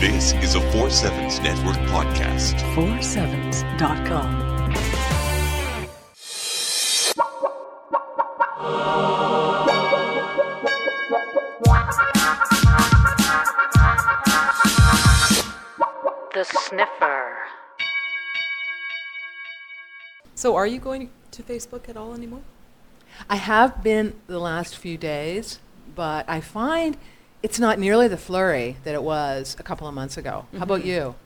This is a 4 Sevens Network podcast. 47s.com. The sniffer. So are you going to Facebook at all anymore? I have been the last few days, but I find it's not nearly the flurry that it was a couple of months ago. How about you?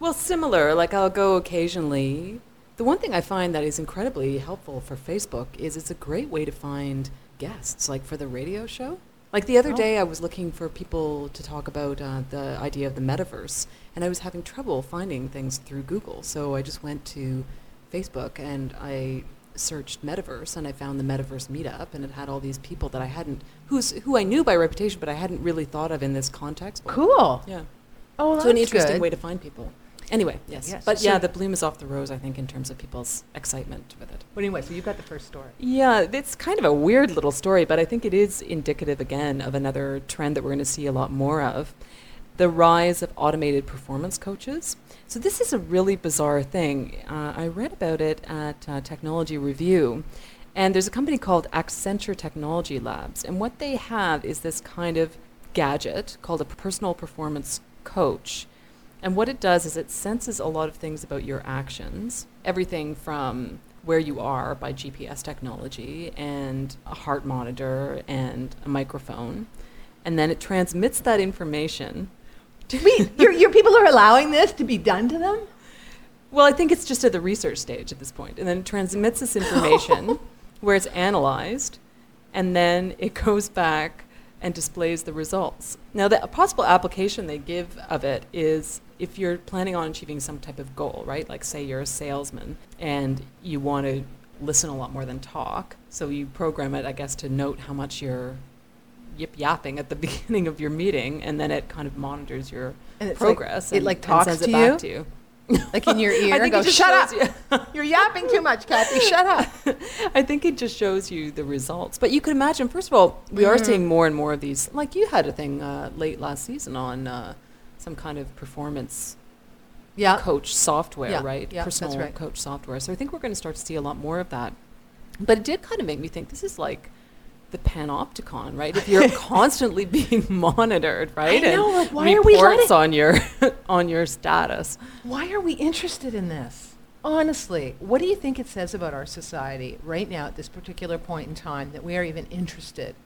Well, similar. Like I'll go occasionally. The one thing I find that is incredibly helpful for Facebook is it's a great way to find guests, like for the radio show. Like the other day, I was looking for people to talk about uh, the idea of the metaverse, and I was having trouble finding things through Google. So I just went to Facebook and I searched metaverse and I found the metaverse meetup and it had all these people that I hadn't who's who I knew by reputation but I hadn't really thought of in this context. before. Cool. Yeah Oh, that's so an interesting good. way to find people. Anyway, yes. Yes. But So- yeah, the bloom is off the rose, I think, in terms of people's excitement with it. But anyway, so you've got the first story. Yeah, it's kind of a weird little story, but I think it is indicative again of another trend that we're going to see a lot more of the rise of automated performance coaches. So, this is a really bizarre thing. Uh, I read about it at uh, Technology Review, and there's a company called Accenture Technology Labs, and what they have is this kind of gadget called a personal performance coach. And what it does is it senses a lot of things about your actions, everything from where you are by GPS technology and a heart monitor and a microphone. And then it transmits that information. Wait, your, your people are allowing this to be done to them? Well, I think it's just at the research stage at this point. And then it transmits this information where it's analyzed and then it goes back and displays the results. Now, the a possible application they give of it is if you're planning on achieving some type of goal, right? Like, say you're a salesman and you want to listen a lot more than talk. So you program it, I guess, to note how much you're yip yapping at the beginning of your meeting and then it kind of monitors your And it's like- progress it, and, like, and talks sends to it back you? to you. Like in your ear I and think go, it just shut up. shows you- You're yapping too much, Kathy. Shut up. I think it just shows you the results. But you could imagine, first of all, we are Mm-hmm. seeing more and more of these. Like you had a thing uh, late last season on uh, some kind of performance Yeah. coach software, Uh, Yeah, right? yeah, that's Personal right. coach software. So I think we're going to start to see a lot more of that. But it did kind of make me think this is like the panopticon, right? If you're constantly being monitored, right? know, and like, why are we reports letting- on your on your status? Why are we interested in this? Honestly, what do you think it says about our society right now at this particular point in time that we are even interested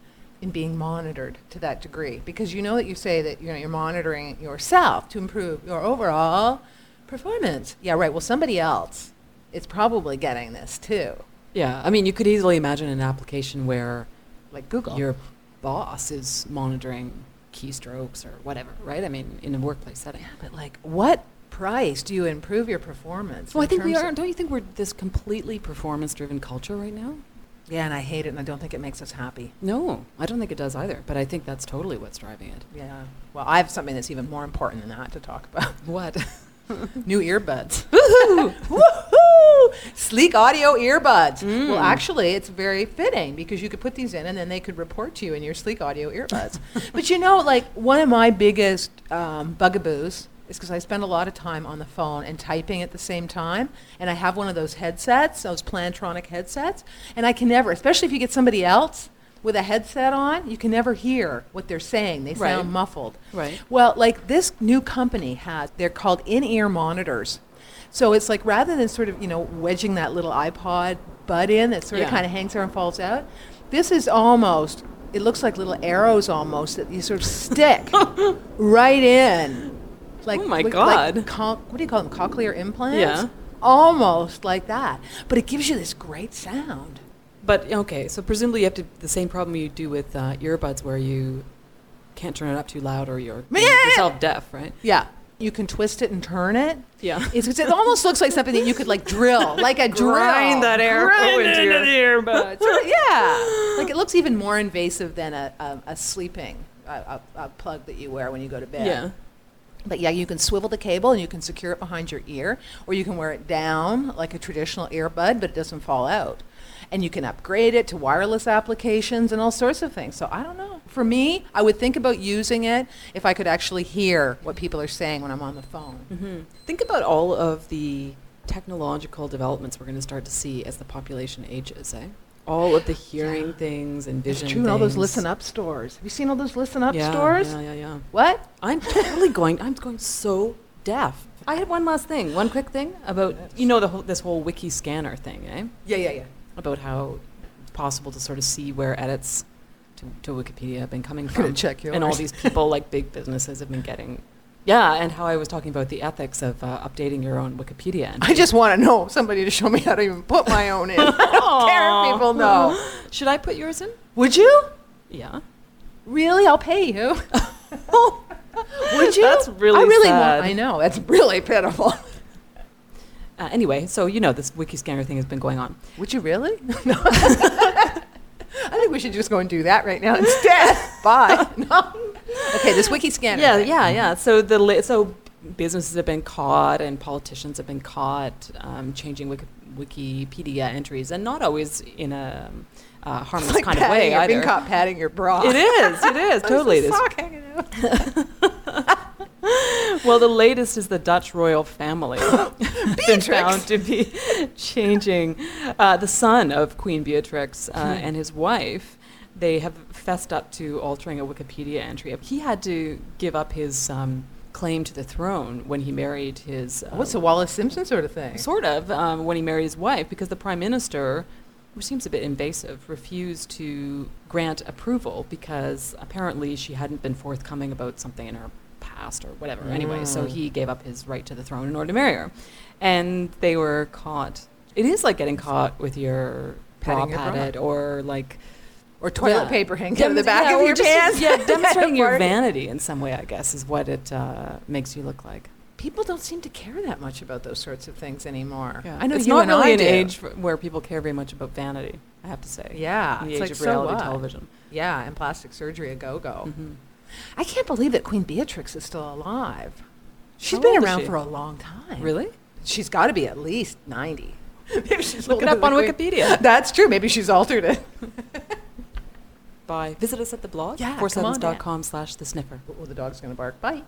in being monitored to that degree? Because you know that you say that you know you're monitoring yourself to improve your overall performance. Yeah, right. Well, somebody else is probably getting this too, Yeah, I mean, you could easily imagine an application where like Google. your boss is monitoring keystrokes or whatever, right? I mean, in a workplace setting. but like, what price do you improve your performance? Well, I in think we terms are. of- Don't you think we're this completely performance-driven culture right now? yeah, and I hate it, and I don't think it makes us happy. No, I don't think it does either. But I think that's totally what's driving it. Yeah. Well, I have something that's even more important than that to talk about. What? New earbuds. Woohoo! Sleek audio earbuds. Mm. Well, actually, it's very fitting because you could put these in and then they could report to you in your sleek audio earbuds. but you know, like one of my biggest um, bugaboos is because I spend a lot of time on the phone and typing at the same time. And I have one of those headsets, those Plantronic headsets, and I can never, especially if you get somebody else with a headset on, you can never hear what they're saying. They Right. sound muffled. Right. Well, like this new company has, they're called in ear monitors. So it's like rather than sort of, you know, wedging that little iPod butt in that sort Yeah. of kind of hangs there and falls out, this is almost, it looks like little arrows almost that you sort of stick right in. Like, Oh my like- God. Like co- what do you call them? Cochlear implants? Yeah. Almost like that. But it gives you this great sound. but okay, so presumably you have to the same problem you do with uh, earbuds, where you can't turn it up too loud or you're you make Yeah. yourself deaf, right? Yeah. You can twist it and turn it. Yeah. It's, it's- it almost looks like something that you could like drill, like a drill. Grind it into the earbud. Sort of, yeah. Like it looks even more invasive than a, a, a sleeping a, a, a plug that you wear when you go to bed. Yeah. But yeah, you can swivel the cable and you can secure it behind your ear, or you can wear it down like a traditional earbud, but it doesn't fall out. And you can upgrade it to wireless applications and all sorts of things. So I don't know. For me, I would think about using it if I could actually hear what people are saying when I'm on the phone. Think about all of the technological developments we're going to start to see as the population ages, eh? All of the hearing things and It's vision. true. and All those things. listen up stores. Have you seen all those listen up yeah, stores? Yeah, yeah, yeah. What? I'm totally going. I'm going so deaf. I had one last thing, one quick thing about you know the whole, this whole wiki scanner thing, eh? Yeah, yeah, yeah. About how it's possible to sort of see where edits to, to Wikipedia have been coming gonna from, check and all yours. these people like big businesses have been getting. Yeah, and how I was talking about the ethics of uh, updating your own Wikipedia. And I just want to know somebody to show me how to even put my own in. I don't care if people know. should I put yours in? Would you? Yeah. Really? I'll pay you. Would you? That's really I really sad. want. I know. That's really pitiful. Uh, anyway, so you know this wiki scanner thing has been going on. Would you really? No. I think we should just go and do that right now instead. Bye. No. Okay, this wiki scanner. Yeah, thing. yeah, yeah. So the li- so businesses have been caught and politicians have been caught um, changing Wiki- Wikipedia entries, and not always in a uh, harmless It's like kind of patting way your, being either. caught patting your bra. It is. It is. totally. It is. Sock hanging out. Well, the latest is the Dutch royal family been found to be changing uh, the son of Queen Beatrix uh, and his wife. They have fessed up to altering a Wikipedia entry. He had to give up his um, claim to the throne when he married his. Uh, What's a Wallace Simpson sort of thing? sort of um, when he married his wife because the prime minister which seems a bit invasive refused to grant approval because apparently she hadn't been forthcoming about something in her past or whatever anyway Mm. so he gave up his right to the throne in order to marry her and they were caught it is like getting caught with your paw Patting your bra. patted or like Or toilet yeah. paper hanging out of the Demonst- back yeah, of or your just- pants? yeah demonstrating your Party. vanity in some way i guess is what it uh, makes you look like People don't seem to care that much about those sorts of things anymore. Yeah. I know it's you not and really I an do. age f- where people care very much about vanity. I have to say, Yeah, in the it's age like, of so reality what? television. Mm-hmm. Yeah, and plastic surgery a go go. I can't believe that Queen Beatrix is still alive. She's How been old is around she? for a long time. Really? She's got to be at least 90. Maybe she's Look it older up on than Queen- Wikipedia. That's true. Maybe she's altered it. By visit us at the blog, Yeah, come on in. foursevens.com slash the sniffer. Oh, the dog's going to bark. Bye.